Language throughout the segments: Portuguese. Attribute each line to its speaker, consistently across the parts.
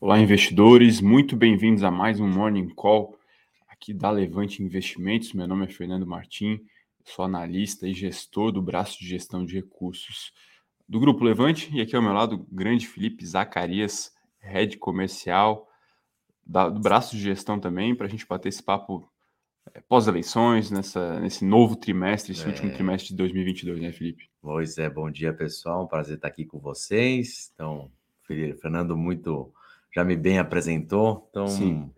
Speaker 1: Olá, investidores, muito bem-vindos a mais um Morning Call aqui da Levante Investimentos. Meu nome é Fernando Martim, sou analista e gestor do braço de gestão de recursos do Grupo Levante. E aqui ao meu lado, o grande Felipe Zacarias, head comercial da, do braço de gestão também, para a gente bater esse papo é, pós-eleições, nessa, nesse novo trimestre, esse
Speaker 2: É.
Speaker 1: último trimestre de 2022, né, Felipe?
Speaker 2: Pois é, bom dia pessoal, um prazer estar aqui com vocês. Então, Fer- Fernando muito já me bem apresentou, então
Speaker 1: Sim.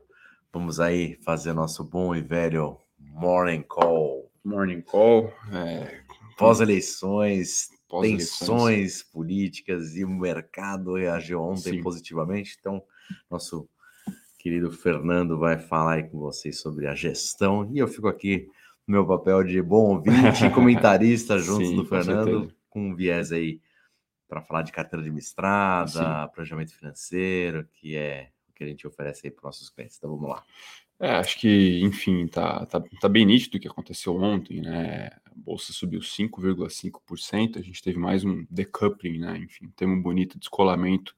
Speaker 2: vamos aí fazer nosso bom e velho morning call.
Speaker 1: Morning Call, é,
Speaker 2: Pós-eleições,
Speaker 1: pós-eleições.
Speaker 2: tensões políticas e o mercado reagiu ontem
Speaker 1: Sim.
Speaker 2: positivamente, então nosso querido Fernando vai falar aí com vocês sobre a gestão e eu fico aqui no meu papel de bom ouvinte e comentarista junto
Speaker 1: Sim,
Speaker 2: do
Speaker 1: com
Speaker 2: Fernando,
Speaker 1: certeza.
Speaker 2: com um viés aí para falar de carteira administrada,
Speaker 1: Sim.
Speaker 2: planejamento financeiro, que é o que a gente oferece aí para nossos clientes. Então vamos lá.
Speaker 1: É, acho que, enfim, tá, tá, tá bem nítido o que aconteceu ontem, né? A bolsa subiu 5,5%, a gente teve mais um decoupling, né? Enfim, temos um bonito descolamento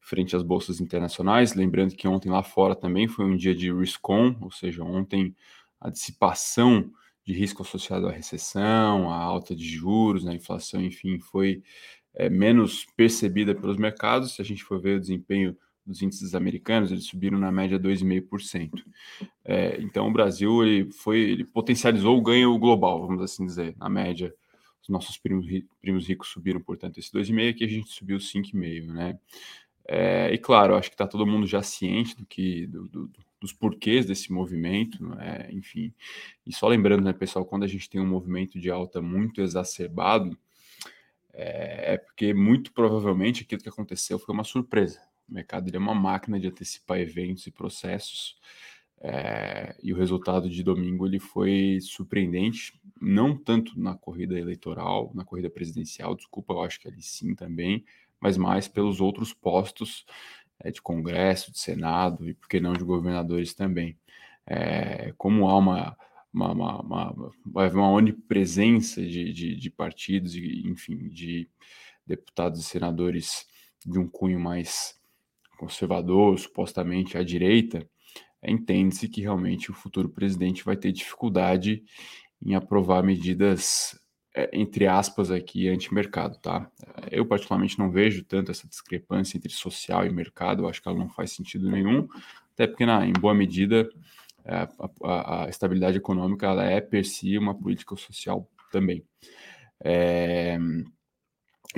Speaker 1: frente às bolsas internacionais. Lembrando que ontem lá fora também foi um dia de risk on, ou seja, ontem a dissipação de risco associado à recessão, à alta de juros, na inflação, enfim, foi é, menos percebida pelos mercados. Se a gente for ver o desempenho dos índices americanos, eles subiram na média 2,5%. É, então o Brasil ele foi, ele potencializou o ganho global, vamos assim dizer, na média. Os nossos primos, ri- primos ricos subiram, portanto, esse 2,5, aqui a gente subiu 5,5, né? É, e claro, acho que está todo mundo já ciente do que do- do- dos porquês desse movimento, né? enfim. E só lembrando, né, pessoal, quando a gente tem um movimento de alta muito exacerbado, é, é porque muito provavelmente aquilo que aconteceu foi uma surpresa. O mercado ele é uma máquina de antecipar eventos e processos. é, e o resultado de domingo ele foi surpreendente, não tanto na corrida eleitoral, na corrida presidencial, desculpa, eu acho que ali sim também, mas mais pelos outros postos é, de Congresso, de Senado e, por que não, de governadores também. É, como há uma, uma, uma, uma- vai haver uma onipresença de, de, de partidos e, enfim, de deputados e senadores de um cunho mais conservador, supostamente à direita, é, entende-se que realmente o futuro presidente vai ter dificuldade em aprovar medidas, é, entre aspas, aqui anti-mercado, tá? É, Eu, particularmente, não vejo tanto essa discrepância entre social e mercado, eu acho que ela não faz sentido nenhum, até porque, na, em boa medida, é, a, a- a estabilidade econômica ela é, per si, uma política social também. É,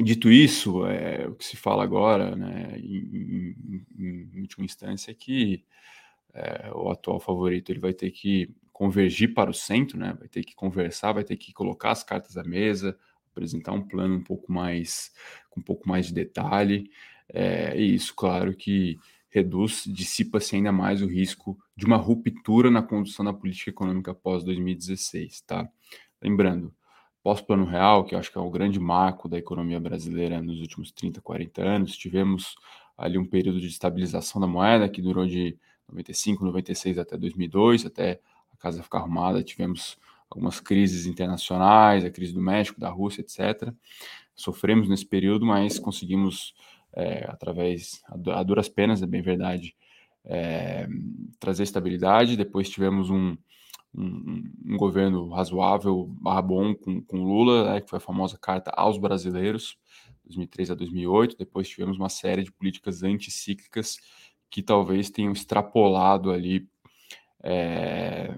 Speaker 1: Dito isso, é, o que se fala agora, né, em, em- em- em última instância, é que é, o atual favorito ele vai ter que convergir para o centro, né, vai ter que conversar, vai ter que colocar as cartas à mesa, apresentar um plano um pouco mais, com um pouco mais de detalhe, é, e isso, claro, que reduz, dissipa-se ainda mais o risco de uma ruptura na condução da política econômica pós 2016, tá? Lembrando, pós-Plano Real, que eu acho que é o grande marco da economia brasileira nos últimos 30, 40 anos, tivemos ali um período de estabilização da moeda que durou de 95, 96 até 2002, até a casa ficar arrumada, tivemos algumas crises internacionais, a crise do México, da Rússia, etc. Sofremos nesse período, mas conseguimos, eh, através, a du- a duras penas, é bem verdade, eh, trazer estabilidade. Depois tivemos um, um, um governo razoável, barra bom com, com Lula, né, que foi a famosa carta aos brasileiros, 2003 a 2008. Depois tivemos uma série de políticas anticíclicas que talvez tenham extrapolado ali eh,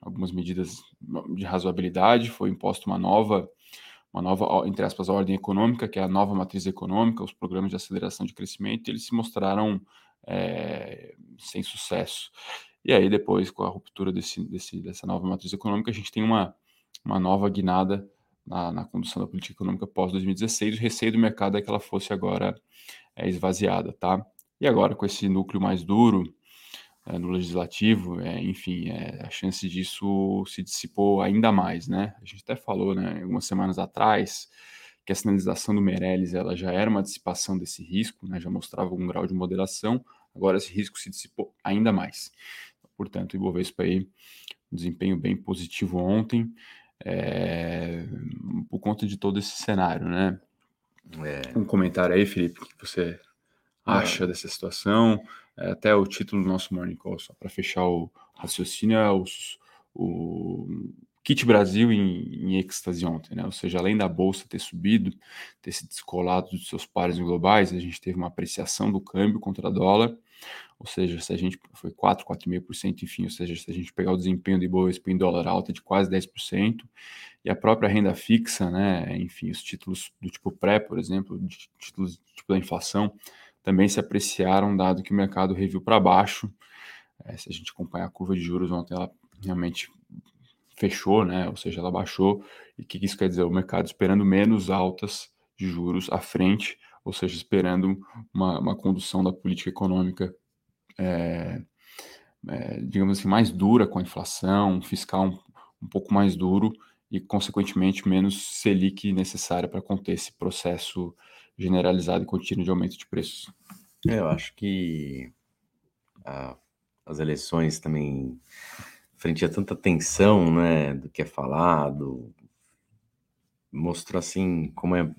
Speaker 1: algumas medidas de razoabilidade. Foi imposta uma nova, uma nova, ó, entre aspas, ordem econômica, que é a nova matriz econômica, os programas de aceleração de crescimento, e eles se mostraram eh, sem sucesso. E aí, depois, com a ruptura desse, desse- dessa nova matriz econômica, a gente tem uma, uma nova guinada na, na condução da política econômica pós-2016. O receio do mercado é que ela fosse agora eh, esvaziada, tá? E agora, com esse núcleo mais duro eh, no legislativo, eh, enfim, eh, a chance disso se dissipou ainda mais, né? A gente até falou, né, algumas semanas atrás, que a sinalização do Meirelles ela já era uma dissipação desse risco, né, já mostrava algum grau de moderação, agora esse risco se dissipou ainda mais. Portanto, o Ibovespa aí, um desempenho bem positivo ontem, eh, por conta de todo esse cenário, né?
Speaker 2: É,
Speaker 1: Um comentário aí, Felipe, que você acha dessa situação. É, até o título do nosso Morning Call, só para fechar o raciocínio, é o, o kit Brasil em, em êxtase ontem, né? Ou seja, além da bolsa ter subido, ter se descolado dos seus pares globais, a gente teve uma apreciação do câmbio contra dólar, ou seja, se a gente foi 4, 4,5%, enfim, ou seja, se a gente pegar o desempenho do Ibovespa em dólar alta de quase 10%, e a própria renda fixa, né, enfim, os títulos do tipo pré, por exemplo, títulos do tipo da inflação, também se apreciaram, dado que o mercado reviu para baixo. É, se a gente acompanhar a curva de juros ontem, ela realmente fechou, né, ou seja, ela baixou, e o que isso quer dizer? O mercado esperando menos altas de juros à frente, ou seja, esperando uma, uma, condução da política econômica, é, é, digamos assim, mais dura com a inflação, um fiscal um, um pouco mais duro e, consequentemente, menos Selic necessária para conter esse processo generalizado e contínuo de aumento de preços.
Speaker 2: É, Eu acho que a, as eleições também, frente a tanta tensão né, do que é falado, mostrou assim como é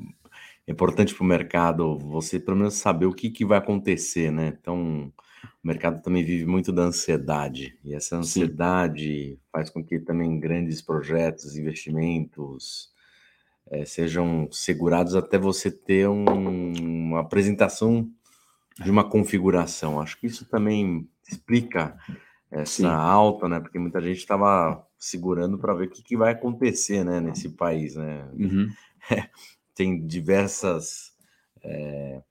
Speaker 2: é importante para o mercado você pelo menos saber o que, que vai acontecer, né? Então, o mercado também vive muito da ansiedade, e essa ansiedade Sim. faz com que também grandes projetos, investimentos é, sejam segurados até você ter um, uma apresentação de uma configuração. Acho que isso também explica essa Sim. alta, né? Porque muita gente estava segurando para ver o que, que vai acontecer, né? Nesse país, né? Uhum. É tem diversas é,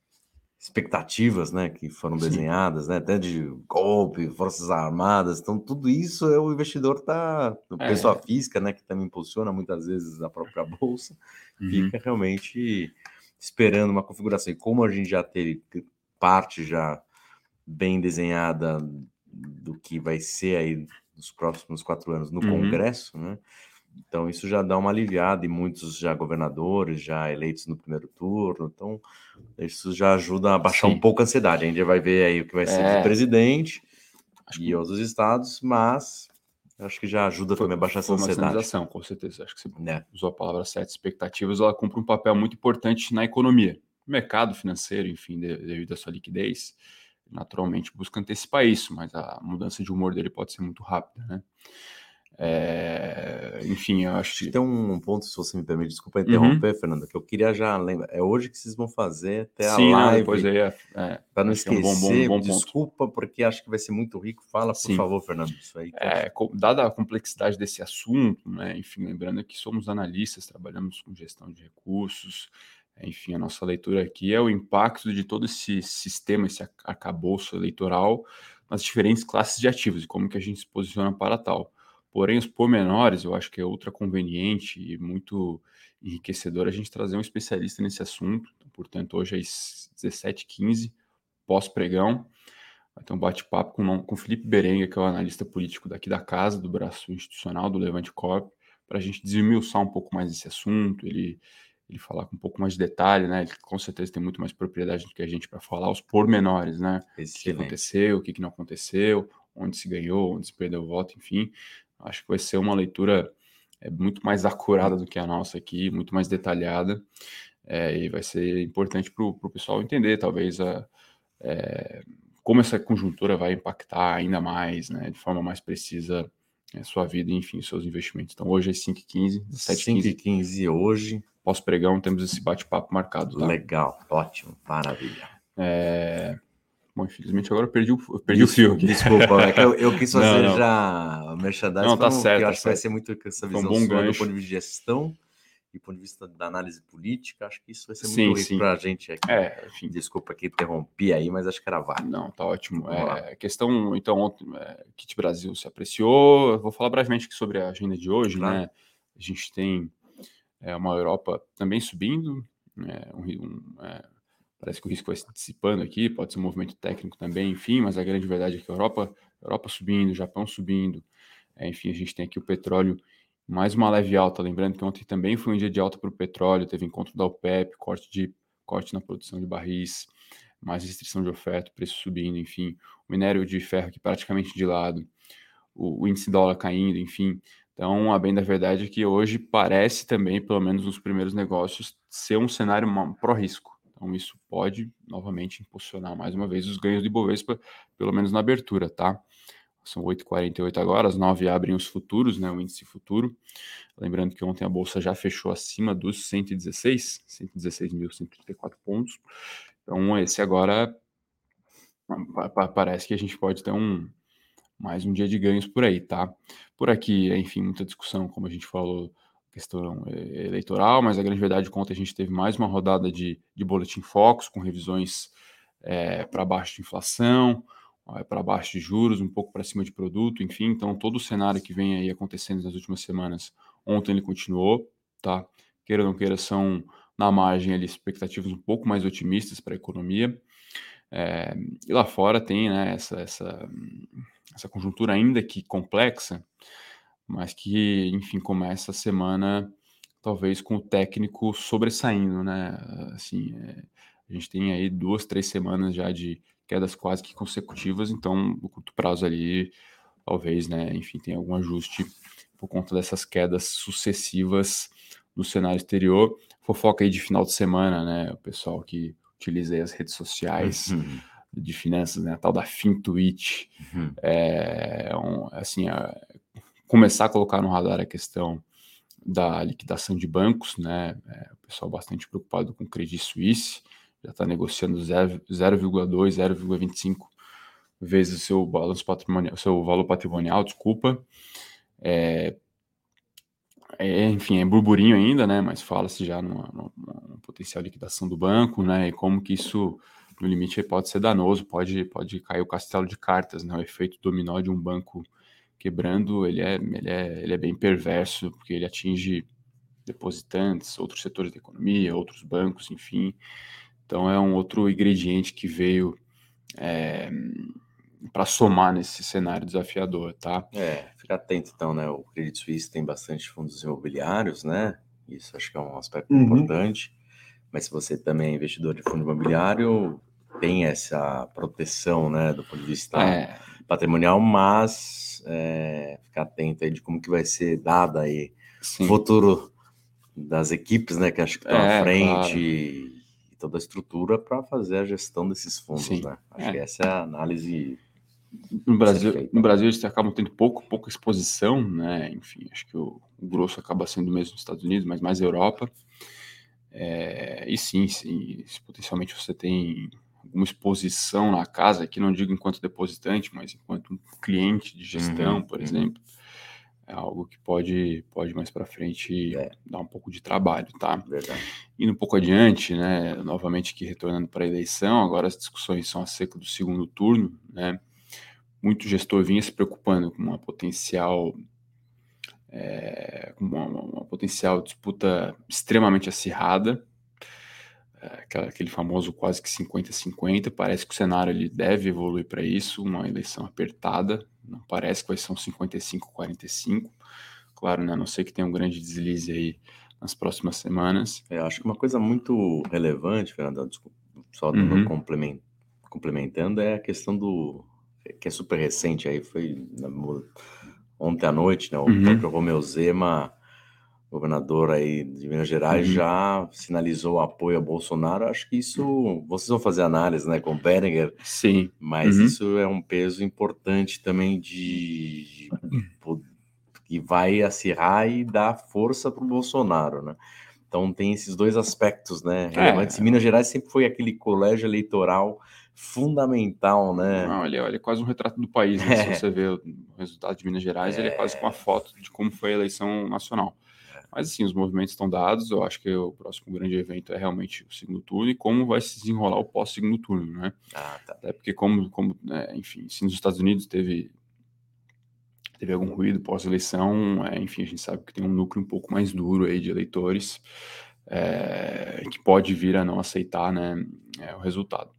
Speaker 2: expectativas, né, que foram Sim. desenhadas, né, até de golpe, forças armadas, então tudo isso é o investidor tá, o é. pessoa física, né, que também impulsiona muitas vezes a própria bolsa, uhum. fica realmente esperando uma configuração. E como a gente já teve parte já bem desenhada do que vai ser aí nos próximos quatro anos no uhum. Congresso, né? Então, isso já dá uma aliviada, e muitos já governadores, já eleitos no primeiro turno. Então, isso já ajuda a baixar Sim. um pouco a ansiedade. A gente vai ver aí o que vai ser é. do presidente acho e que... outros estados, mas acho que já ajuda foi, também a baixar essa ansiedade. Né?
Speaker 1: com certeza. Acho que você é. usou a palavra certa, expectativas, ela cumpre um papel muito importante na economia. O mercado financeiro, enfim, devido à sua liquidez, naturalmente busca antecipar isso, mas a mudança de humor dele pode ser muito rápida, né? É, enfim, eu acho que.
Speaker 2: Tem um ponto, se você me permite, desculpa interromper, uhum. Fernando, que eu queria já lembrar. É hoje que vocês vão fazer até a Sim, live.
Speaker 1: Sim, né? é, é,
Speaker 2: Para não esquecer, é um bom, bom, bom desculpa, porque acho que vai ser muito rico. Fala, por Sim. favor, Fernando, isso aí.
Speaker 1: É, dada a complexidade desse assunto, né, enfim, lembrando que somos analistas, trabalhamos com gestão de recursos, enfim, a nossa leitura aqui é o impacto de todo esse sistema, esse arcabouço eleitoral nas diferentes classes de ativos e como que a gente se posiciona para tal. Porém, os pormenores, eu acho que é outra conveniente e muito enriquecedor a gente trazer um especialista nesse assunto. Portanto, hoje às 17h15, pós-pregão, vai ter um bate-papo com, com o Felipe Berenga, que é o analista político daqui da casa, do braço institucional do Levante Corp, para a gente desmiuçar um pouco mais esse assunto, ele, ele falar com um pouco mais de detalhe, né? Ele com certeza tem muito mais propriedade do que a gente para falar os pormenores, né? Excelente. O que aconteceu, o que não aconteceu, onde se ganhou, onde se perdeu o voto, enfim acho que vai ser uma leitura é, muito mais acurada do que a nossa aqui, muito mais detalhada, é, e vai ser importante para o pessoal entender, talvez, a, é, como essa conjuntura vai impactar ainda mais, né, de forma mais precisa, é, sua vida e, enfim, seus investimentos. Então, hoje é 5h15,
Speaker 2: 7h15. 5h15 hoje.
Speaker 1: Pós-pregão, temos esse bate-papo marcado. Tá?
Speaker 2: Legal, ótimo, maravilha.
Speaker 1: É... Bom, infelizmente agora eu perdi o, eu perdi Isso, o fio.
Speaker 2: Desculpa, é que eu, eu quis fazer não, não. já merchandising.
Speaker 1: Não, tá como, certo.
Speaker 2: Eu
Speaker 1: tá
Speaker 2: acho
Speaker 1: certo.
Speaker 2: que vai ser muito essa visão um sua, do ponto de vista de gestão e do ponto de vista da análise política, acho que isso vai ser muito sim, rico sim. pra gente aqui.
Speaker 1: É,
Speaker 2: enfim. Desculpa que interrompi aí, mas acho que era válido.
Speaker 1: Não, tá ótimo. É, questão, então, ontem, é, Kit Brasil se apreciou. Eu vou falar brevemente sobre a agenda de hoje, claro. né? A gente tem é, uma Europa também subindo, né? um, um parece que o risco vai se dissipando aqui, pode ser um movimento técnico também, enfim, mas a grande verdade é que a Europa, Europa subindo, Japão subindo, é, enfim, a gente tem aqui o petróleo, mais uma leve alta, lembrando que ontem também foi um dia de alta para o petróleo, teve encontro da OPEP, corte, de, corte na produção de barris, mais restrição de oferta, preço subindo, enfim, o minério de ferro aqui praticamente de lado, o, o índice dólar caindo, enfim, então, a bem da verdade é que hoje parece também, pelo menos nos primeiros negócios, ser um cenário pró-risco Então, isso pode novamente impulsionar mais uma vez os ganhos de Bovespa, pelo menos na abertura, tá? São 8h48 agora, às 9 abrem os futuros, né? O índice futuro. Lembrando que ontem a bolsa já fechou acima dos 116, 116.134 pontos. Então, esse agora parece que a gente pode ter um mais um dia de ganhos por aí, tá? Por aqui, enfim, muita discussão, como a gente falou, questão eh, eleitoral, mas a grande verdade conta a gente teve mais uma rodada de, de boletim focos com revisões é, para baixo de inflação, para baixo de juros, um pouco para cima de produto, enfim, então todo o cenário que vem aí acontecendo nas últimas semanas, ontem ele continuou, tá? Queira ou não queira, são na margem ali expectativas um pouco mais otimistas para a economia. É, e lá fora tem né, essa, essa, essa conjuntura ainda que complexa, mas que, enfim, começa a semana talvez com o técnico sobressaindo, né? Assim, é, a gente tem aí duas, três semanas já de quedas quase que consecutivas, então no curto prazo ali, talvez, né, enfim, tem algum ajuste por conta dessas quedas sucessivas no cenário exterior. Fofoca aí de final de semana, né? O pessoal que utiliza aí as redes sociais uhum. de finanças, né? A tal da Fintuit. Uhum. É, um, assim, a, começar a colocar no radar a questão da liquidação de bancos, né? É, o pessoal bastante preocupado com o Credit Suisse, já está negociando 0,2, 0,25 vezes o seu balanço patrimonial, seu valor patrimonial, desculpa. É, é, enfim, é burburinho ainda, né? Mas fala-se já numa, numa, numa, potencial liquidação do banco, né? E como que isso, no limite, pode ser danoso, pode, pode cair o castelo de cartas, né? O efeito dominó de um banco quebrando, ele é, ele é, ele é bem perverso, porque ele atinge depositantes, outros setores da economia, outros bancos, enfim. Então é um outro ingrediente que veio é, para somar nesse cenário desafiador, tá?
Speaker 2: É, fica atento então, né? O Credit Suisse tem bastante fundos imobiliários, né? Isso acho que é um aspecto uhum. importante. Mas se você também é investidor de fundo imobiliário, tem essa proteção, né, do ponto de vista é. patrimonial, mas é, ficar atento aí de como que vai ser dada aí Sim. o futuro das equipes, né, que acho que estão é, à frente claro. e toda a estrutura para fazer a gestão desses fundos, Sim. né? Acho que essa é a análise
Speaker 1: no Brasil, no Brasil eles acabam tendo pouco, pouca exposição, né? Enfim, acho que o, o grosso acaba sendo mesmo nos Estados Unidos, mas mais Europa. É, e sim, sim, se potencialmente você tem alguma exposição na casa, que não digo enquanto depositante, mas enquanto um cliente de gestão, uhum, por uhum. exemplo, é algo que pode, pode mais para frente é. dar um pouco de trabalho, tá?
Speaker 2: Verdade.
Speaker 1: Indo um pouco adiante, né? Novamente aqui retornando para a eleição, agora as discussões são acerca do segundo turno, né? muito gestor vinha se preocupando com uma potencial é, uma, uma, potencial disputa extremamente acirrada, eh, aquela, aquele famoso quase que 50-50. Parece que o cenário ele deve evoluir para isso, uma eleição apertada, não parece que vai ser um 55-45. Claro, né, a não ser que tenha um grande deslize aí nas próximas semanas.
Speaker 2: É, acho que uma coisa muito relevante, Fernando, desculpa, só uhum. complementando, é a questão do que é super recente aí, foi na, ontem à noite, né? O uhum. próprio Romeu Zema, governador aí de Minas Gerais, uhum. já sinalizou apoio a Bolsonaro. Acho que isso. Vocês vão fazer análise, né, com o Berenger.
Speaker 1: Sim.
Speaker 2: Mas uhum. isso é um peso importante também de. que vai acirrar e dar força para o Bolsonaro, né? Então tem esses dois aspectos, né? Relevantes. É. Minas Gerais sempre foi aquele colégio eleitoral fundamental, né?
Speaker 1: Não, ele, é, ele, é quase um retrato do país, né? É. Se você vê o resultado de Minas Gerais, é. ele é quase uma foto de como foi a eleição nacional. Mas, assim, os movimentos estão dados, eu acho que o próximo grande evento é realmente o segundo turno e como vai se desenrolar o pós-segundo turno, né?
Speaker 2: Ah, tá.
Speaker 1: Até porque, como, como né, enfim, se nos Estados Unidos teve teve algum ruído pós-eleição, é, enfim, a gente sabe que tem um núcleo um pouco mais duro aí de eleitores é, que pode vir a não aceitar, né, o resultado.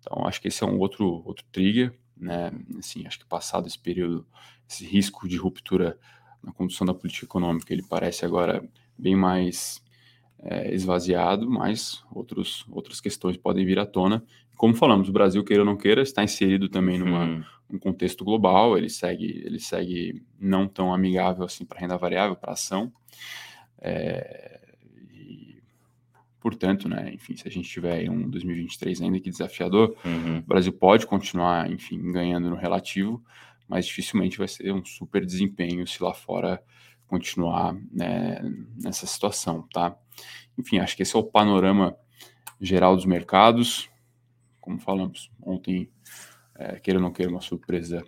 Speaker 1: Então, acho que esse é um outro, outro trigger, né? Assim, acho que passado esse período, esse risco de ruptura na condução da política econômica, ele parece agora bem mais é, esvaziado, mas outros, outras questões podem vir à tona. Como falamos, o Brasil, queira ou não queira, está inserido também numa,
Speaker 2: Uhum.
Speaker 1: hum. num contexto global, ele segue, ele segue não tão amigável assim para renda variável, para ação. É, Portanto, né, enfim, se a gente tiver um 2023 ainda que desafiador,
Speaker 2: Uhum.
Speaker 1: o Brasil pode continuar, enfim, ganhando no relativo, mas dificilmente vai ser um super desempenho se lá fora continuar né, nessa situação, tá? Enfim, acho que esse é o panorama geral dos mercados. Como falamos ontem, é, queira ou não queira, uma surpresa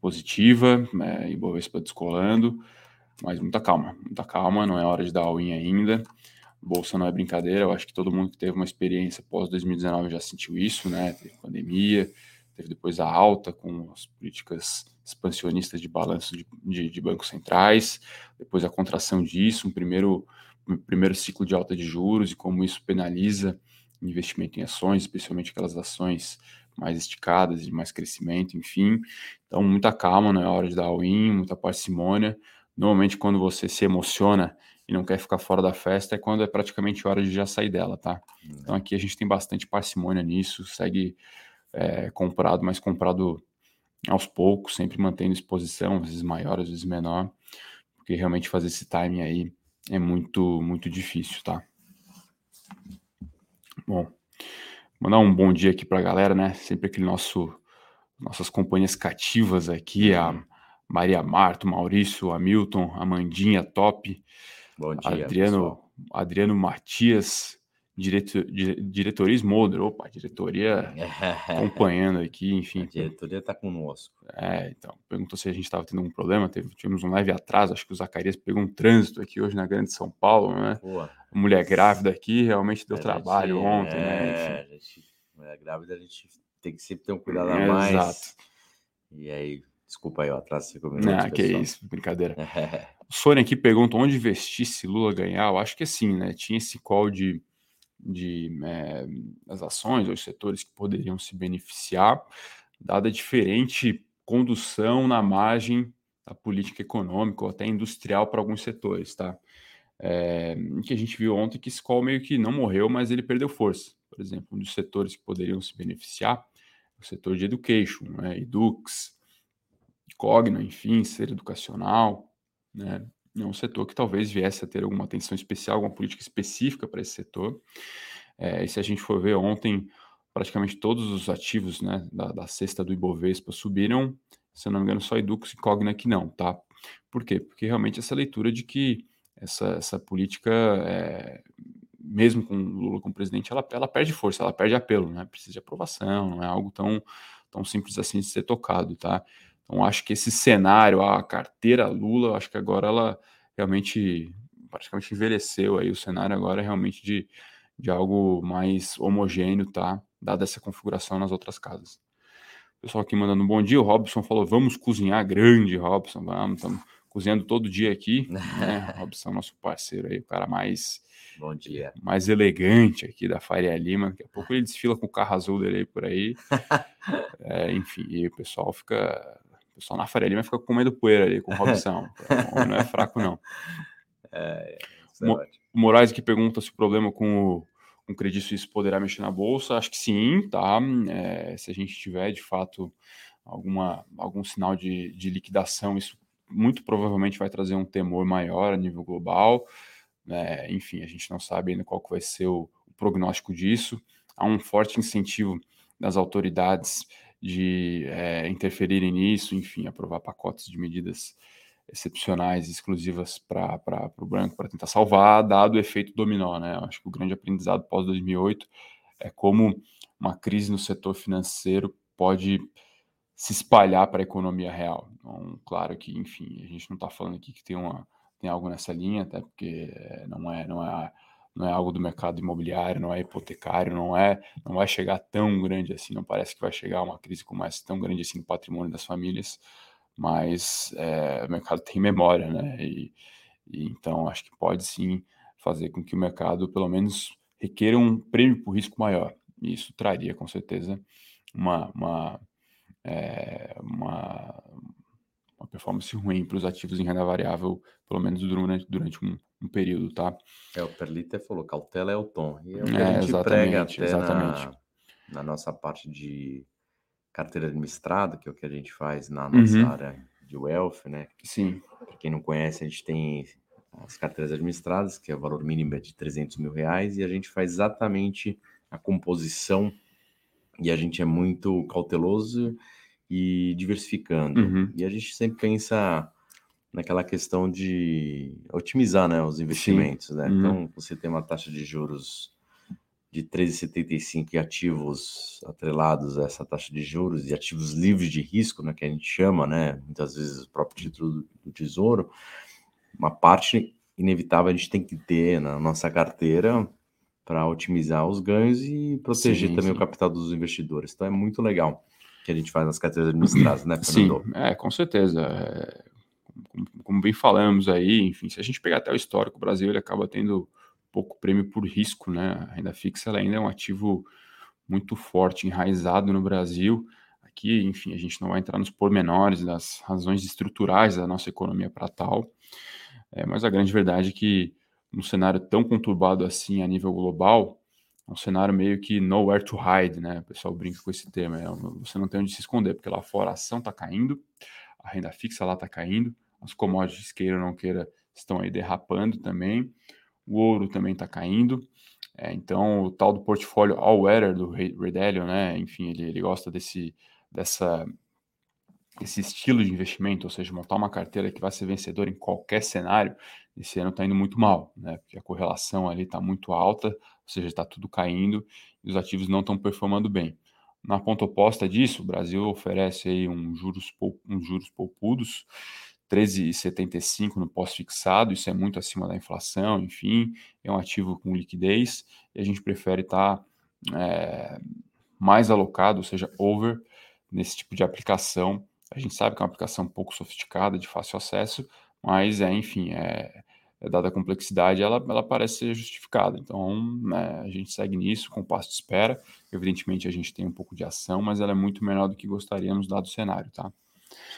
Speaker 1: positiva, né, e Bovespa descolando, mas muita calma, muita calma, não é hora de dar all-in ainda. Bolsa não é brincadeira, eu acho que todo mundo que teve uma experiência pós 2019 já sentiu isso, né? Teve pandemia, teve depois a alta com as políticas expansionistas de balanço de, de- de bancos centrais, depois a contração disso, um primeiro, um primeiro ciclo de alta de juros e como isso penaliza investimento em ações, especialmente aquelas ações mais esticadas, de mais crescimento, enfim. Então, muita calma, não é hora de dar all-in, muita parcimônia. Normalmente, quando você se emociona e não quer ficar fora da festa, é quando é praticamente hora de já sair dela, tá? Então, aqui a gente tem bastante parcimônia nisso, segue é, comprado, mas comprado aos poucos, sempre mantendo exposição, às vezes maior, às vezes menor, porque realmente fazer esse timing aí é muito, muito difícil, tá? Bom, mandar um bom dia aqui pra galera, né? Sempre aquele nosso nossas companhias cativas aqui, a Maria Marta, o Maurício, a Milton, a Mandinha Top,
Speaker 2: Bom dia,
Speaker 1: Adriano,
Speaker 2: pessoal.
Speaker 1: Adriano Matias, direto, dire, diretoria Smolder, opa, diretoria tá
Speaker 2: É.
Speaker 1: acompanhando aqui,
Speaker 2: A
Speaker 1: enfim.
Speaker 2: diretoria está conosco.
Speaker 1: É, então, perguntou se a gente estava tendo algum problema, teve, tivemos um live atraso, acho que o Zacarias pegou um trânsito aqui hoje na Grande São Paulo, né?
Speaker 2: Boa.
Speaker 1: Mulher grávida aqui, realmente deu
Speaker 2: A gente-
Speaker 1: trabalho ontem, né? Enfim.
Speaker 2: é, A gente, mulher grávida, a gente tem que sempre ter um cuidado a
Speaker 1: É,
Speaker 2: mais.
Speaker 1: exato.
Speaker 2: E aí, desculpa aí, eu atraso cinco minutos.
Speaker 1: Ah, que
Speaker 2: pessoal.
Speaker 1: isso, brincadeira. O Sônia aqui pergunta onde investir se Lula ganhar. Eu acho que assim, né? Tinha esse call de, de eh, as ações ou os setores que poderiam se beneficiar, dada a diferente condução na margem da política econômica ou até industrial para alguns setores, tá? Eh, que a gente viu ontem que esse call meio que não morreu, mas ele perdeu força. Por exemplo, um dos setores que poderiam se beneficiar é o setor de education, né? Edux, Cogna, enfim, ser educacional, né? É um setor que talvez viesse a ter alguma atenção especial, alguma política específica para esse setor. Eh, e se a gente for ver ontem, praticamente todos os ativos né, da, da cesta do Ibovespa subiram, se eu não me engano, só Edux e Cogna que não, tá? Por quê? Porque realmente essa leitura de que essa, essa política, eh, mesmo com o Lula como presidente, ela, ela perde força, ela perde apelo, né? Precisa de aprovação, não é algo tão, tão simples assim de ser tocado, tá? Então, acho que esse cenário, a carteira Lula, acho que agora ela realmente praticamente envelheceu aí. O cenário agora é realmente de, de algo mais homogêneo, tá? Dada essa configuração nas outras casas. O Pessoal aqui mandando um bom dia. O Robson falou: vamos cozinhar grande, Robson. Vamos, estamos cozinhando todo dia aqui. Né? O Robson, é nosso parceiro aí, o cara mais,
Speaker 2: Bom dia.
Speaker 1: mais elegante aqui da Faria Lima. Daqui a pouco ele desfila com o carro azul dele aí por aí. É, enfim, e o pessoal fica. O pessoal na Faria Lima fica comendo poeira ali com o Robson. Então, não é fraco, não.
Speaker 2: Isso é
Speaker 1: Mo-
Speaker 2: ótimo.
Speaker 1: O Moraes que pergunta se o problema com o, com o Credit Suisse poderá mexer na bolsa. Acho que sim, tá? É, se a gente tiver de fato alguma, algum sinal de, de liquidação, isso muito provavelmente vai trazer um temor maior a nível global. né? Enfim, a gente não sabe ainda qual que vai ser o, o prognóstico disso. Há um forte incentivo das autoridades de é, interferirem nisso, enfim, aprovar pacotes de medidas excepcionais, exclusivas para o branco, para tentar salvar, dado o efeito dominó. Né? Eu Acho que o grande aprendizado pós-2008 é como uma crise no setor financeiro pode se espalhar para a economia real. Então, claro que, enfim, a gente não está falando aqui que tem, uma, tem algo nessa linha, até porque eh, não é, não é, não é algo do mercado imobiliário, não é hipotecário, não é, não vai chegar tão grande assim. Não parece que vai chegar uma crise como essa tão grande assim no patrimônio das famílias, mas eh, o mercado tem memória, né? E, e então acho que pode sim fazer com que o mercado, pelo menos, requeira um prêmio por risco maior. E isso traria, com certeza, uma, uma, eh, uma, uma performance ruim para os ativos em renda variável, pelo menos durante, durante um, um período, tá?
Speaker 2: É, o Perlita falou, cautela é o tom. E é o que
Speaker 1: É,
Speaker 2: a gente prega
Speaker 1: exatamente,
Speaker 2: até
Speaker 1: exatamente.
Speaker 2: Na, na nossa parte de carteira administrada, que é o que a gente faz na
Speaker 1: Uhum.
Speaker 2: nossa área de wealth, né?
Speaker 1: Sim,
Speaker 2: Para quem não conhece, a gente tem as carteiras administradas, que é o valor mínimo é de 300 mil reais, e a gente faz exatamente a composição e a gente é muito cauteloso e diversificando.
Speaker 1: Uhum.
Speaker 2: E a gente sempre pensa naquela questão de otimizar né, os investimentos. Né?
Speaker 1: Uhum.
Speaker 2: Então, você tem uma taxa de juros de 13,75 e ativos atrelados a essa taxa de juros e ativos livres de risco, né, que a gente chama, né, muitas vezes o próprio título do, do tesouro, uma parte inevitável a gente tem que ter na nossa carteira para otimizar os ganhos e proteger
Speaker 1: Sim,
Speaker 2: também
Speaker 1: sim.
Speaker 2: o capital dos investidores. Então é muito legal que a gente faz nas carteiras administradas, né,
Speaker 1: Sim,
Speaker 2: Fernando?
Speaker 1: é, com certeza. É, como, como bem falamos aí, enfim, se a gente pegar até o histórico, o Brasil ele acaba tendo pouco prêmio por risco, né? A renda fixa ela ainda é um ativo muito forte, enraizado no Brasil. Aqui, enfim, a gente não vai entrar nos pormenores das razões estruturais da nossa economia para tal, é, mas a grande verdade é que num cenário tão conturbado assim a nível global, é um cenário meio que nowhere to hide, né? O pessoal brinca com esse termo, é, você não tem onde se esconder, porque lá fora a ação está caindo, a renda fixa lá está caindo, as commodities, queira ou não queira, estão aí derrapando também, o ouro também está caindo, é, então, o tal do portfólio all-weather do Re- Redelio, né? Enfim, ele, ele gosta desse, dessa, esse estilo de investimento, ou seja, montar uma carteira que vai ser vencedora em qualquer cenário. Esse ano está indo muito mal, né? Porque a correlação ali está muito alta, ou seja, está tudo caindo e os ativos não estão performando bem. Na ponta oposta disso, o Brasil oferece aí um juros, pou- uns juros poupudos, 13,75 no pós-fixado, isso é muito acima da inflação, enfim, é um ativo com liquidez e a gente prefere estar mais alocado, ou seja, over, nesse tipo de aplicação. A gente sabe que é uma aplicação pouco sofisticada, de fácil acesso, mas, é, enfim, é, é dada a complexidade, ela, ela parece ser justificada. Então, né, a gente segue nisso, com passo de espera. Evidentemente, a gente tem um pouco de ação, mas ela é muito menor do que gostaríamos, dado o cenário, tá?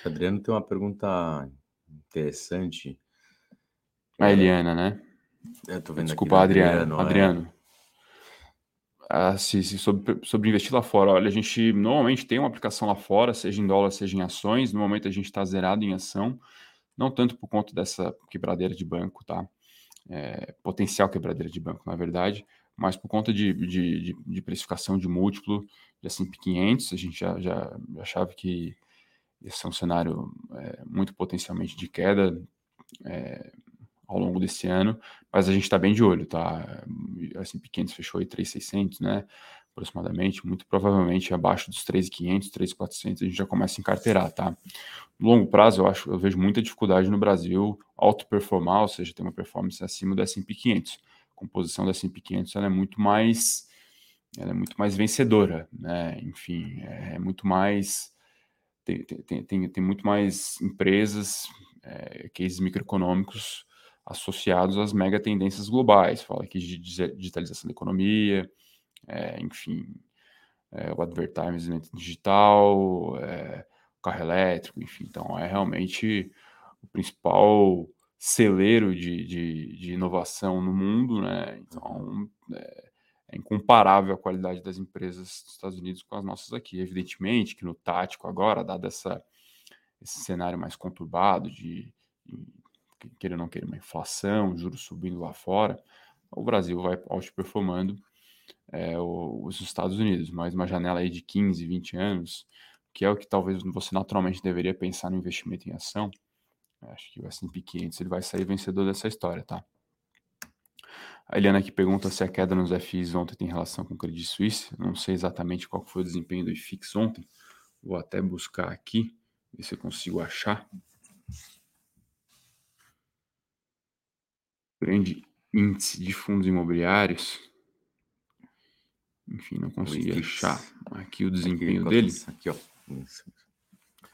Speaker 2: Adriano tem uma pergunta interessante.
Speaker 1: A
Speaker 2: É.
Speaker 1: Eliana, né?
Speaker 2: Eu tô vendo
Speaker 1: Desculpa,
Speaker 2: aqui do
Speaker 1: Adriano.
Speaker 2: é.
Speaker 1: Adriano. Ah, se, se sobre, sobre investir lá fora. Olha, a gente normalmente tem uma aplicação lá fora, seja em dólar, seja em ações. No momento a gente está zerado em ação, não tanto por conta dessa quebradeira de banco, tá? É, potencial quebradeira de banco, na verdade, mas por conta de, de, de, de precificação de múltiplo de S&P 500, a gente já, já já achava que esse é um cenário é, muito potencialmente de queda, é, ao longo desse ano, mas a gente está bem de olho, tá? Assim, pequenos fechou aí 3,600, né? Aproximadamente, muito provavelmente abaixo dos 3,500, 3,400, a gente já começa a encarteirar, tá? No longo prazo, eu acho, eu vejo muita dificuldade no Brasil auto-performar, ou seja, ter uma performance acima do S&P 500. A composição do S&P 500 ela é muito mais, ela é muito mais vencedora, né? Enfim, é muito mais tem, tem- tem, tem, tem muito mais empresas, é, cases microeconômicos associados às mega tendências globais. Fala aqui de dise- digitalização da economia, é, enfim, é, o advertisement digital, é, carro elétrico, enfim. Então, é realmente o principal celeiro de, de, de inovação no mundo, né? Então, é, é incomparável a qualidade das empresas dos Estados Unidos com as nossas aqui. Evidentemente que no tático agora, dado essa, esse cenário mais conturbado de, de queira ou não queira uma inflação, juros subindo lá fora, o Brasil vai outperformando é, o- os Estados Unidos, mas uma janela aí de 15, 20 anos, que é o que talvez você naturalmente deveria pensar no investimento em ação, eu acho que o S&P 500 ele vai sair vencedor dessa história, tá? A Eliana aqui pergunta se a queda nos FIs ontem tem relação com o Credit Suisse. Não sei exatamente qual que foi o desempenho do IFIX ontem. Vou até buscar aqui, ver se eu consigo achar. Grande índice de fundos imobiliários. Enfim,
Speaker 2: é,
Speaker 1: não consegui
Speaker 2: IFIX.
Speaker 1: achar aqui o
Speaker 2: Aqui, tá
Speaker 1: desempenho
Speaker 2: enquanto
Speaker 1: dele.
Speaker 2: isso, Aqui, ó. Isso,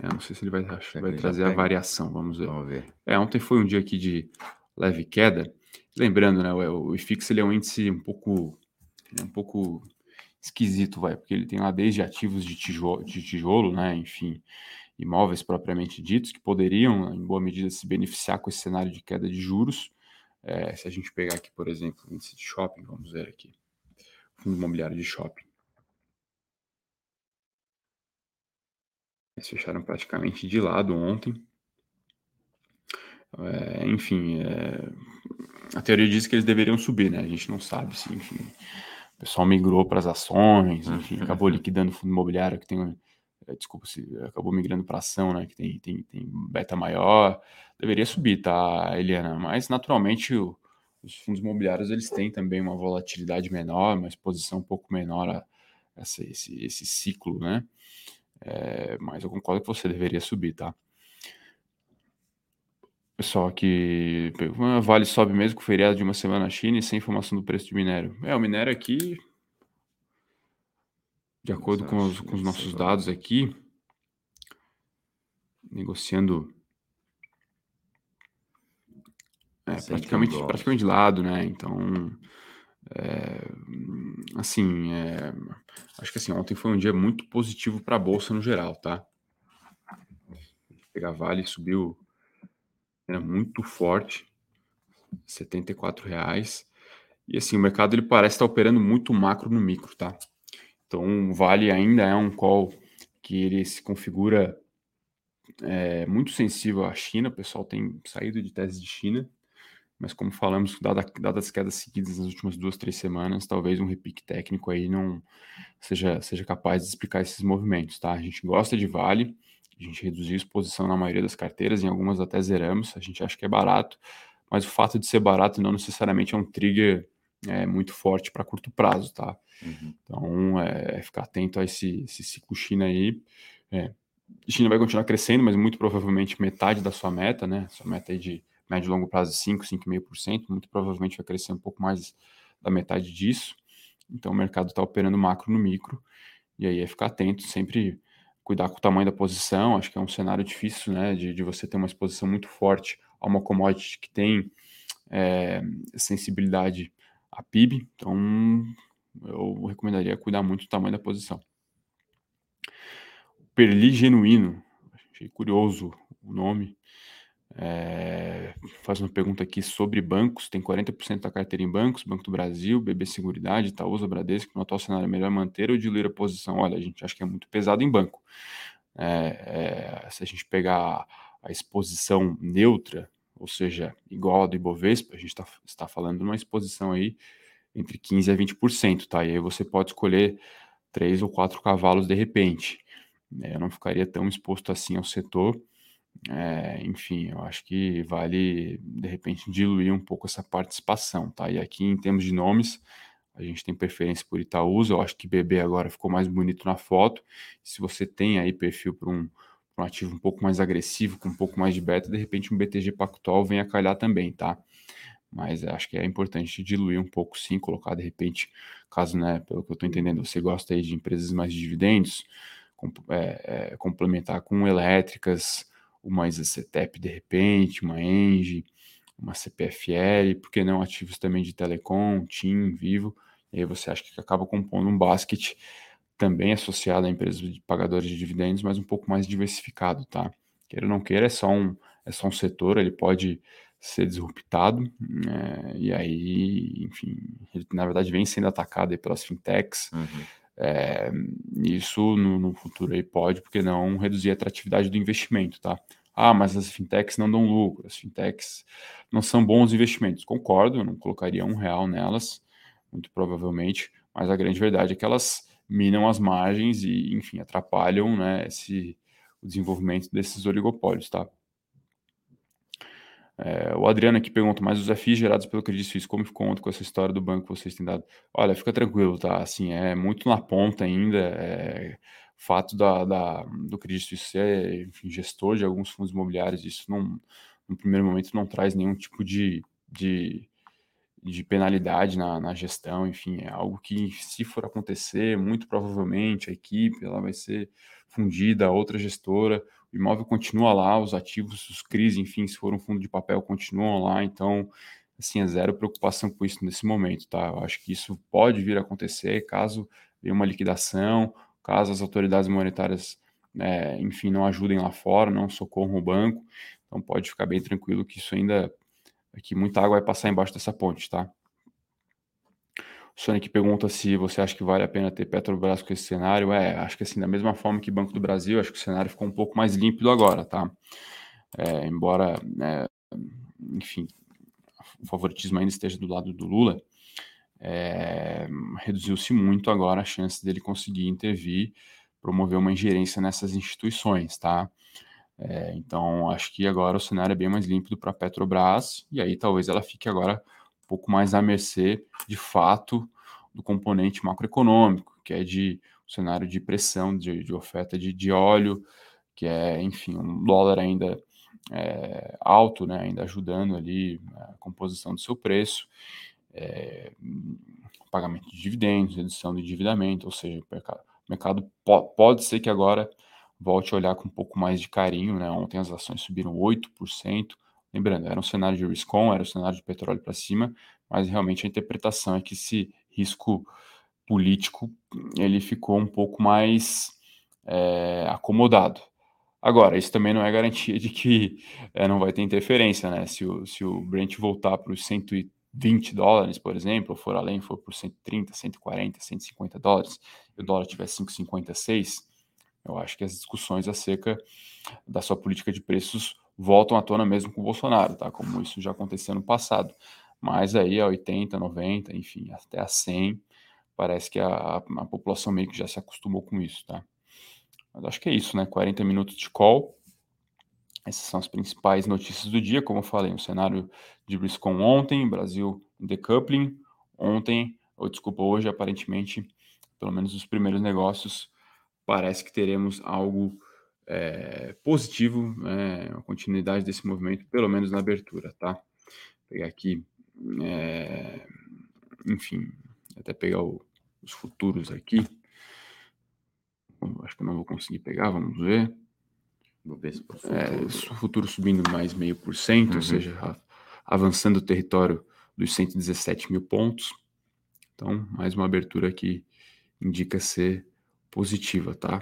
Speaker 1: Eu É, não sei se ele vai, ach-
Speaker 2: Será que
Speaker 1: vai
Speaker 2: É, ele já
Speaker 1: trazer a
Speaker 2: pega?
Speaker 1: variação, vamos ver.
Speaker 2: Vamos ver.
Speaker 1: É, ontem foi um dia aqui de leve queda. Lembrando, né, o o IFIX ele é um índice um pouco, ele é um pouco esquisito, vai, porque ele tem lá desde ativos de tijolo, de tijolo, né, enfim, imóveis propriamente ditos, que poderiam, em boa medida, se beneficiar com esse cenário de queda de juros. É, se a gente pegar aqui, por exemplo, o índice de shopping, vamos ver aqui, fundo imobiliário de shopping. Eles fecharam praticamente de lado ontem. É, enfim, é, a teoria diz que eles deveriam subir, né? A gente não sabe se, enfim, o pessoal migrou para as ações, enfim, acabou liquidando o fundo imobiliário que tem, é, desculpa, se acabou migrando para ação, né? Que tem, tem, tem beta maior. Deveria subir, tá, Eliana? Mas, naturalmente, o, os fundos imobiliários eles têm também uma volatilidade menor, uma exposição um pouco menor a essa, esse, esse ciclo, né? É, mas eu concordo que você deveria subir, tá? Pessoal aqui, Vale sobe mesmo com o feriado de uma semana na China e sem informação do preço de minério. É, o minério aqui, de acordo com os, com os nossos dados aqui, negociando é, praticamente, praticamente de lado, né? Então, é, assim, é, acho que assim, ontem foi um dia muito positivo para a Bolsa no geral, tá? Pegar Vale subiu era muito forte, 74 reais. E assim, o mercado ele parece estar operando muito macro no micro, tá? Então, Vale ainda é um call que ele se configura é, muito sensível à China. O pessoal tem saído de tese de China, mas como falamos, dada, dadas as quedas seguidas nas últimas duas, três semanas, talvez um repique técnico aí não seja, seja capaz de explicar esses movimentos, tá? A gente gosta de Vale, a gente reduziu a exposição na maioria das carteiras, em algumas até zeramos, a gente acha que é barato, mas o fato de ser barato não necessariamente é um trigger é, muito forte para curto prazo, tá? Uhum. Então, é, é, ficar atento a esse, esse ciclo China aí. É. China vai continuar crescendo, mas muito provavelmente metade da sua meta, né? Sua meta aí de médio e longo prazo de 5, 5,5%, muito provavelmente vai crescer um pouco mais da metade disso. Então, o mercado está operando macro no micro, e aí é ficar atento, sempre cuidar com o tamanho da posição. Acho que é um cenário difícil, né? De, de você ter uma exposição muito forte a uma commodity que tem é, sensibilidade a PIB. Então, eu recomendaria cuidar muito do tamanho da posição. Perli genuíno, achei curioso o nome. É, faz uma pergunta aqui sobre bancos. Tem 40% da carteira em bancos, Banco do Brasil, BB Seguridade, Itaúsa, Bradesco. No atual cenário, é melhor manter ou diluir a posição? Olha, a gente acha que é muito pesado em banco. É, é, se a gente pegar a exposição neutra, ou seja, igual a do Ibovespa, a gente tá, está falando de uma exposição aí entre 15% a 20%, tá? E aí você pode escolher três ou quatro cavalos de repente. É, Eu não ficaria tão exposto assim ao setor. É, enfim, eu acho que vale de repente diluir um pouco essa participação, tá? E aqui em termos de nomes, a gente tem preferência por Itaúsa, eu acho que BB agora ficou mais bonito na foto. Se você tem aí perfil para um, um, ativo um pouco mais agressivo, com um pouco mais de beta, de repente um BTG Pactual vem a calhar também, tá? Mas acho que é importante diluir um pouco sim, colocar de repente, caso, né, pelo que eu estou entendendo, você gosta aí de empresas mais de dividendos, com, é, é, complementar com elétricas, uma ISCTEP de repente, uma ENGE, uma CPFL, por que não ativos também de telecom, TIM, Vivo, e aí você acha que acaba compondo um basket também associado a empresas de pagadores de dividendos, mas um pouco mais diversificado, tá? Queira ou não queira, é só um, é só um setor, ele pode ser disruptado, né? e aí, enfim, ele na verdade vem sendo atacado pelas fintechs, uhum. É, isso no, no, futuro aí pode, porque não reduzir a atratividade do investimento, tá? Ah, mas as fintechs não dão lucro, as fintechs não são bons investimentos. Concordo, eu não colocaria um real nelas, muito provavelmente, mas a grande verdade é que elas minam as margens e, enfim, atrapalham né, esse, o desenvolvimento desses oligopólios, tá? É, o Adriano aqui pergunta, mas os desafios gerados pelo Credit Suisse, como ficou ontem com essa história do banco que vocês têm dado? Olha, fica tranquilo, tá? Assim, é muito na ponta ainda. É, fato da, da, do Credit Suisse ser enfim, gestor de alguns fundos imobiliários, isso não, no primeiro momento não traz nenhum tipo de, de, de penalidade na, na gestão. Enfim, é algo que, se for acontecer, muito provavelmente a equipe ela vai ser fundida a outra gestora o imóvel continua lá, os ativos, os CRIs, enfim, se for um fundo de papel, continuam lá, então, assim, é zero preocupação com isso nesse momento, tá? Eu acho que isso pode vir a acontecer caso venha uma liquidação, caso as autoridades monetárias, né, enfim, não ajudem lá fora, não socorram o banco, então pode ficar bem tranquilo que isso ainda, que muita água vai passar embaixo dessa ponte, tá? O Sonic pergunta se você acha que vale a pena ter Petrobras com esse cenário. É, acho que assim, da mesma forma que Banco do Brasil, acho que o cenário ficou um pouco mais límpido agora, tá? É, embora é, enfim, o favoritismo ainda esteja do lado do Lula, é, reduziu-se muito agora a chance dele conseguir intervir, promover uma ingerência nessas instituições, tá? É, então, acho que agora o cenário é bem mais límpido para a Petrobras, e aí talvez ela fique agora um pouco mais à mercê, de fato, do componente macroeconômico, que é de um cenário de pressão de, de oferta de, de óleo, que é, enfim, um dólar ainda é, alto, né, ainda ajudando ali a composição do seu preço, é, pagamento de dividendos, redução do endividamento, ou seja, o mercado, o mercado po pode ser que agora volte a olhar com um pouco mais de carinho. Né? Ontem as ações subiram 8%. Lembrando, era um cenário de risk on, era um cenário de petróleo para cima, mas realmente a interpretação é que esse risco político ele ficou um pouco mais é, acomodado. Agora, isso também não é garantia de que é, não vai ter interferência, né? Se o, se o Brent voltar para os 120 dólares, por exemplo, ou for além, for por 130, 140, 150 dólares, e o dólar tiver 5,56, eu acho que as discussões acerca da sua política de preços voltam à tona mesmo com o Bolsonaro, tá? Como isso já aconteceu no passado. Mas aí a 80, 90, enfim, até a 100, parece que a, a população meio que já se acostumou com isso, tá? Mas acho que é isso, né? 40 minutos de call. Essas são as principais notícias do dia, como eu falei, um cenário de Briscon ontem, Brasil decoupling ontem, ou desculpa, hoje aparentemente, pelo menos os primeiros negócios parece que teremos algo é, positivo, é, a continuidade desse movimento, pelo menos na abertura, tá? Vou pegar aqui, é, enfim, até pegar o, os futuros aqui. Acho que eu não vou conseguir pegar, vamos ver.
Speaker 2: Vou ver se o
Speaker 1: É, futuro. futuro subindo mais meio por cento, ou seja, avançando o território dos 117 mil pontos. Então, mais uma abertura que indica ser positiva, tá?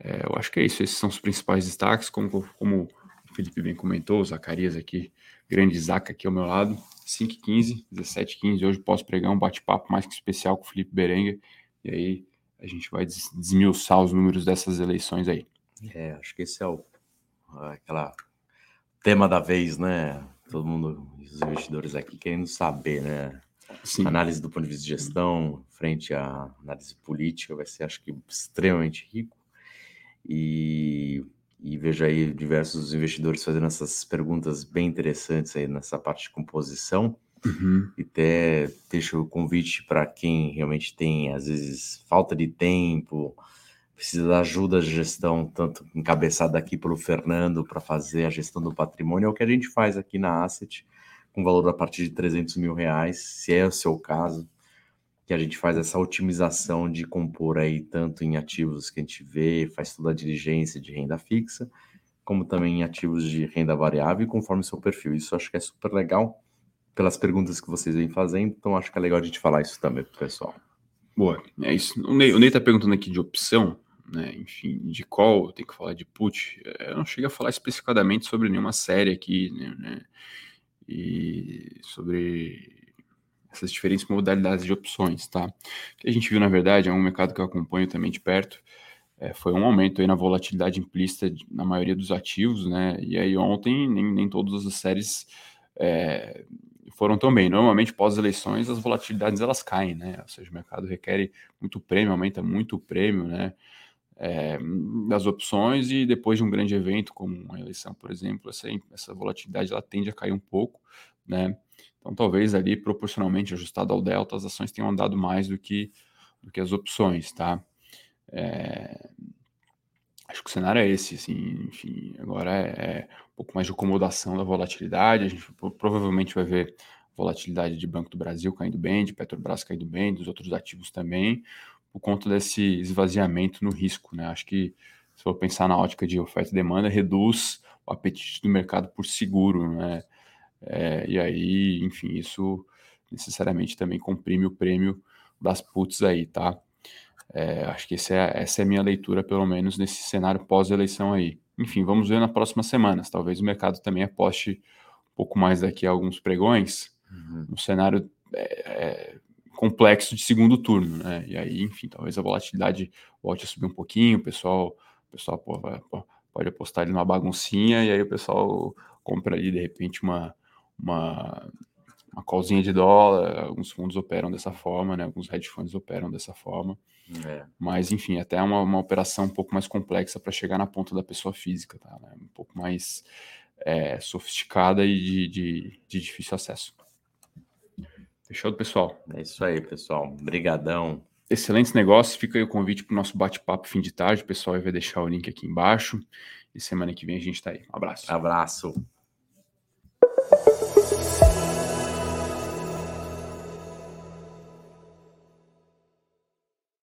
Speaker 1: É, eu acho que é isso. Esses são os principais destaques. Como, como o Felipe bem comentou, o Zacarias aqui, grande Zaca aqui ao meu lado. 5h15, 17h15. Hoje posso pregar um bate-papo mais que especial com o Felipe Berenga. E aí a gente vai des desmiuçar os números dessas eleições aí.
Speaker 2: É, acho que esse é o aquela tema da vez, né? Todo mundo, os investidores aqui querendo saber, né? Sim. análise do ponto de vista de gestão frente à análise política vai ser, acho que, extremamente rico. E, e vejo aí diversos investidores fazendo essas perguntas bem interessantes aí nessa parte de composição. Uhum. E até deixo o convite para quem realmente tem, às vezes, falta de tempo, precisa da ajuda de gestão, tanto encabeçada aqui pelo Fernando para fazer a gestão do patrimônio, é o que a gente faz aqui na Asset com um valor a partir de 300 mil reais, se é o seu caso, que a gente faz essa otimização de compor aí tanto em ativos que a gente vê, faz toda a diligência de renda fixa, como também em ativos de renda variável, conforme o seu perfil. Isso acho que é super legal pelas perguntas que vocês vêm fazendo, então acho que é legal a gente falar isso também pro pessoal.
Speaker 1: Boa, é isso. O Ney, o Ney tá perguntando aqui de opção, né? Enfim, de call, tem que falar de put. É, Eu não chego a falar especificadamente sobre nenhuma série aqui, né? e sobre essas diferentes modalidades de opções, tá? O que a gente viu, na verdade, é um mercado que eu acompanho também de perto, é, foi um aumento aí na volatilidade implícita de, na maioria dos ativos, né? E aí ontem nem, nem todas as séries é, foram tão bem. Normalmente, pós-eleições, as volatilidades elas caem, né? Ou seja, o mercado requer muito prêmio, aumenta muito o prêmio, né? É, das opções e depois de um grande evento como uma eleição, por exemplo, essa, essa volatilidade ela tende a cair um pouco, né? Então talvez ali proporcionalmente ajustado ao delta as ações tenham andado mais do que do que as opções, tá? É, acho que o cenário é esse, assim, enfim, agora é, é, um pouco mais de acomodação da volatilidade, a gente provavelmente vai ver volatilidade de Banco do Brasil caindo bem, de Petrobras caindo bem, dos outros ativos também, por conta desse esvaziamento no risco. Né? Acho que, se for pensar na ótica de oferta e demanda, reduz o apetite do mercado por seguro. Né? É, e aí, enfim, isso necessariamente também comprime o prêmio das puts aí, tá? É, acho que é, essa é a minha leitura, pelo menos, nesse cenário pós-eleição aí. Enfim, vamos ver na próxima semana. Talvez o mercado também aposte um pouco mais daqui a alguns pregões. Uhum. Um cenário é, complexo de segundo turno, né? E aí, enfim, talvez a volatilidade volte a subir um pouquinho, o pessoal, o pessoal pô, vai, pô, pode apostar ali numa baguncinha, e aí o pessoal compra ali, de repente, uma, uma, uma calzinha de dólar, alguns fundos operam dessa forma, né? Alguns hedge funds operam dessa forma. É. Mas, enfim, até uma, uma operação um pouco mais complexa para chegar na ponta da pessoa física, tá? Né? Um pouco mais é, sofisticada e de, de, de difícil acesso. Fechado, pessoal?
Speaker 2: É isso aí, pessoal. Obrigadão.
Speaker 1: Excelentes negócios. Fica aí o convite para o nosso bate-papo fim de tarde. O pessoal vai deixar o link aqui tá embaixo. E semana que vem a gente está aí. Um abraço.
Speaker 2: Abraço.